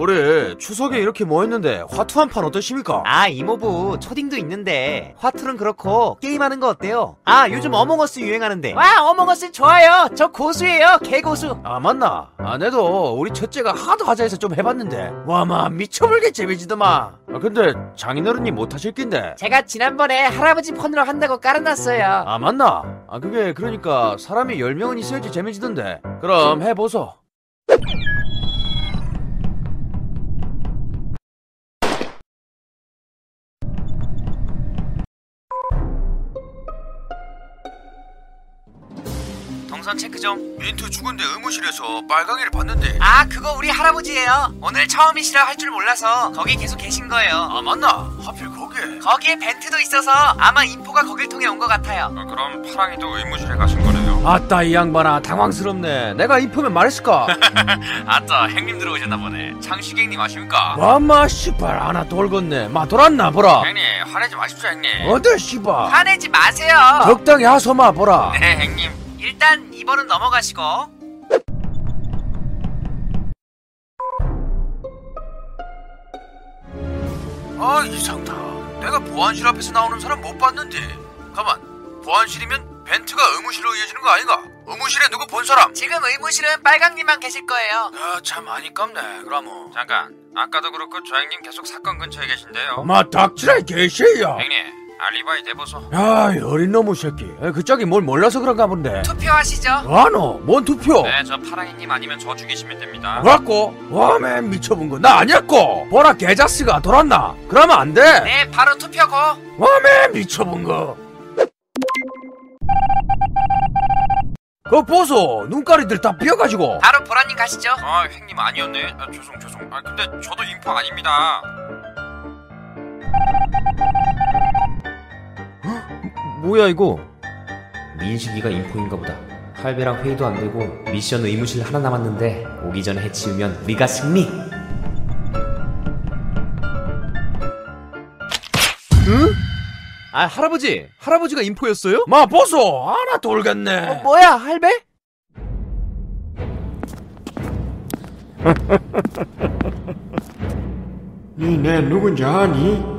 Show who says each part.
Speaker 1: 올해 추석에 이렇게 뭐 했는데 화투 한 판 어떠십니까?
Speaker 2: 아 이모부 초딩도 있는데 화투는 그렇고 게임하는 거 어때요? 아 요즘 어몽어스
Speaker 1: 네.
Speaker 2: 유행하는데 와 어몽어스 좋아요 저 고수예요 개고수
Speaker 1: 아 맞나? 아내도 우리 첫째가 하도 하자 해서 좀 해봤는데 와마 미쳐불게 재미지더만 아 근데 장인어른이 못하실 낀데
Speaker 2: 제가 지난번에 할아버지 폰으로 한다고 깔아놨어요
Speaker 1: 아 맞나? 아 그게 그러니까 사람이 10명은 있어야지 재미지던데 그럼 해보소
Speaker 2: 동선 체크 좀 아
Speaker 1: 민트 죽은데 의무실에서 빨강이를 봤는데
Speaker 2: 그거 우리 할아버지예요 오늘 처음이시라 할 줄 몰라서 거기 계속 계신 거예요
Speaker 1: 아 맞나? 하필 거기에
Speaker 2: 거기에 벤트도 있어서 아마 인포가 거길 통해 온 것 같아요
Speaker 3: 그럼 파랑이도 의무실에 가신 거네요.
Speaker 1: 아따 이 양반아 당황스럽네 내가 입으면 말했을까?
Speaker 3: 아따 행님 들어오셨나 보네. 창식행님 아십니까?
Speaker 1: 와마 씨발 하나 돌겠네 마 돌았나 보라
Speaker 3: 뭐? 행님 화내지 마십시오
Speaker 2: 뭐?
Speaker 3: 행님.
Speaker 1: 어때 씨발
Speaker 2: 화내지 마세요
Speaker 1: 적당히 하소마 보라
Speaker 3: 네 행님.
Speaker 2: 일단 2번은 넘어가시고
Speaker 1: 아 이상다 내가 보안실 앞에서 나오는 사람 못 봤는데 가만 보안실이면 벤트가 의무실로 이어지는 거 아닌가? 의무실에 누구 본 사람?
Speaker 2: 지금 의무실은 빨강님만 계실 거예요
Speaker 1: 아참 아니깝네 그라모
Speaker 3: 잠깐. 아까도 그렇고 저 행님 계속 사건 근처에 계신데요.
Speaker 1: 엄마 닥치라 개새야
Speaker 3: 행님 알리바이 내보소.
Speaker 1: 아 어린 놈의 새끼 그짝이 뭘 몰라서 그런가 본데
Speaker 2: 투표하시죠
Speaker 1: 아노 뭔 투표
Speaker 3: 네 저 파랑이님 아니면 저 죽이시면 됩니다.
Speaker 1: 뭐라고? 와맨 미쳐본 거 나 아니었고 보라 개자스가 돌았나? 그러면 안돼
Speaker 2: 네 바로 투표고
Speaker 1: 맘에 미쳐본 거. 그 보소 눈가리들 다 비어가지고
Speaker 2: 바로 보라님 가시죠.
Speaker 3: 아 행님 아니었네. 아, 죄송 죄송. 아 근데 저도 인포 아닙니다.
Speaker 4: 아, 뭐야 이거? 민식이가 인포인가 보다. 할배랑 회의도 안 되고 미션 의무실 하나 남았는데 오기 전에 해치우면 우리가 승리.
Speaker 5: 아 할아버지 할아버지가 인포였어요?
Speaker 1: 마 보소 하나
Speaker 4: 어,
Speaker 1: 돌겠네
Speaker 5: 뭐야 할배?
Speaker 6: 니네 누군지 아니?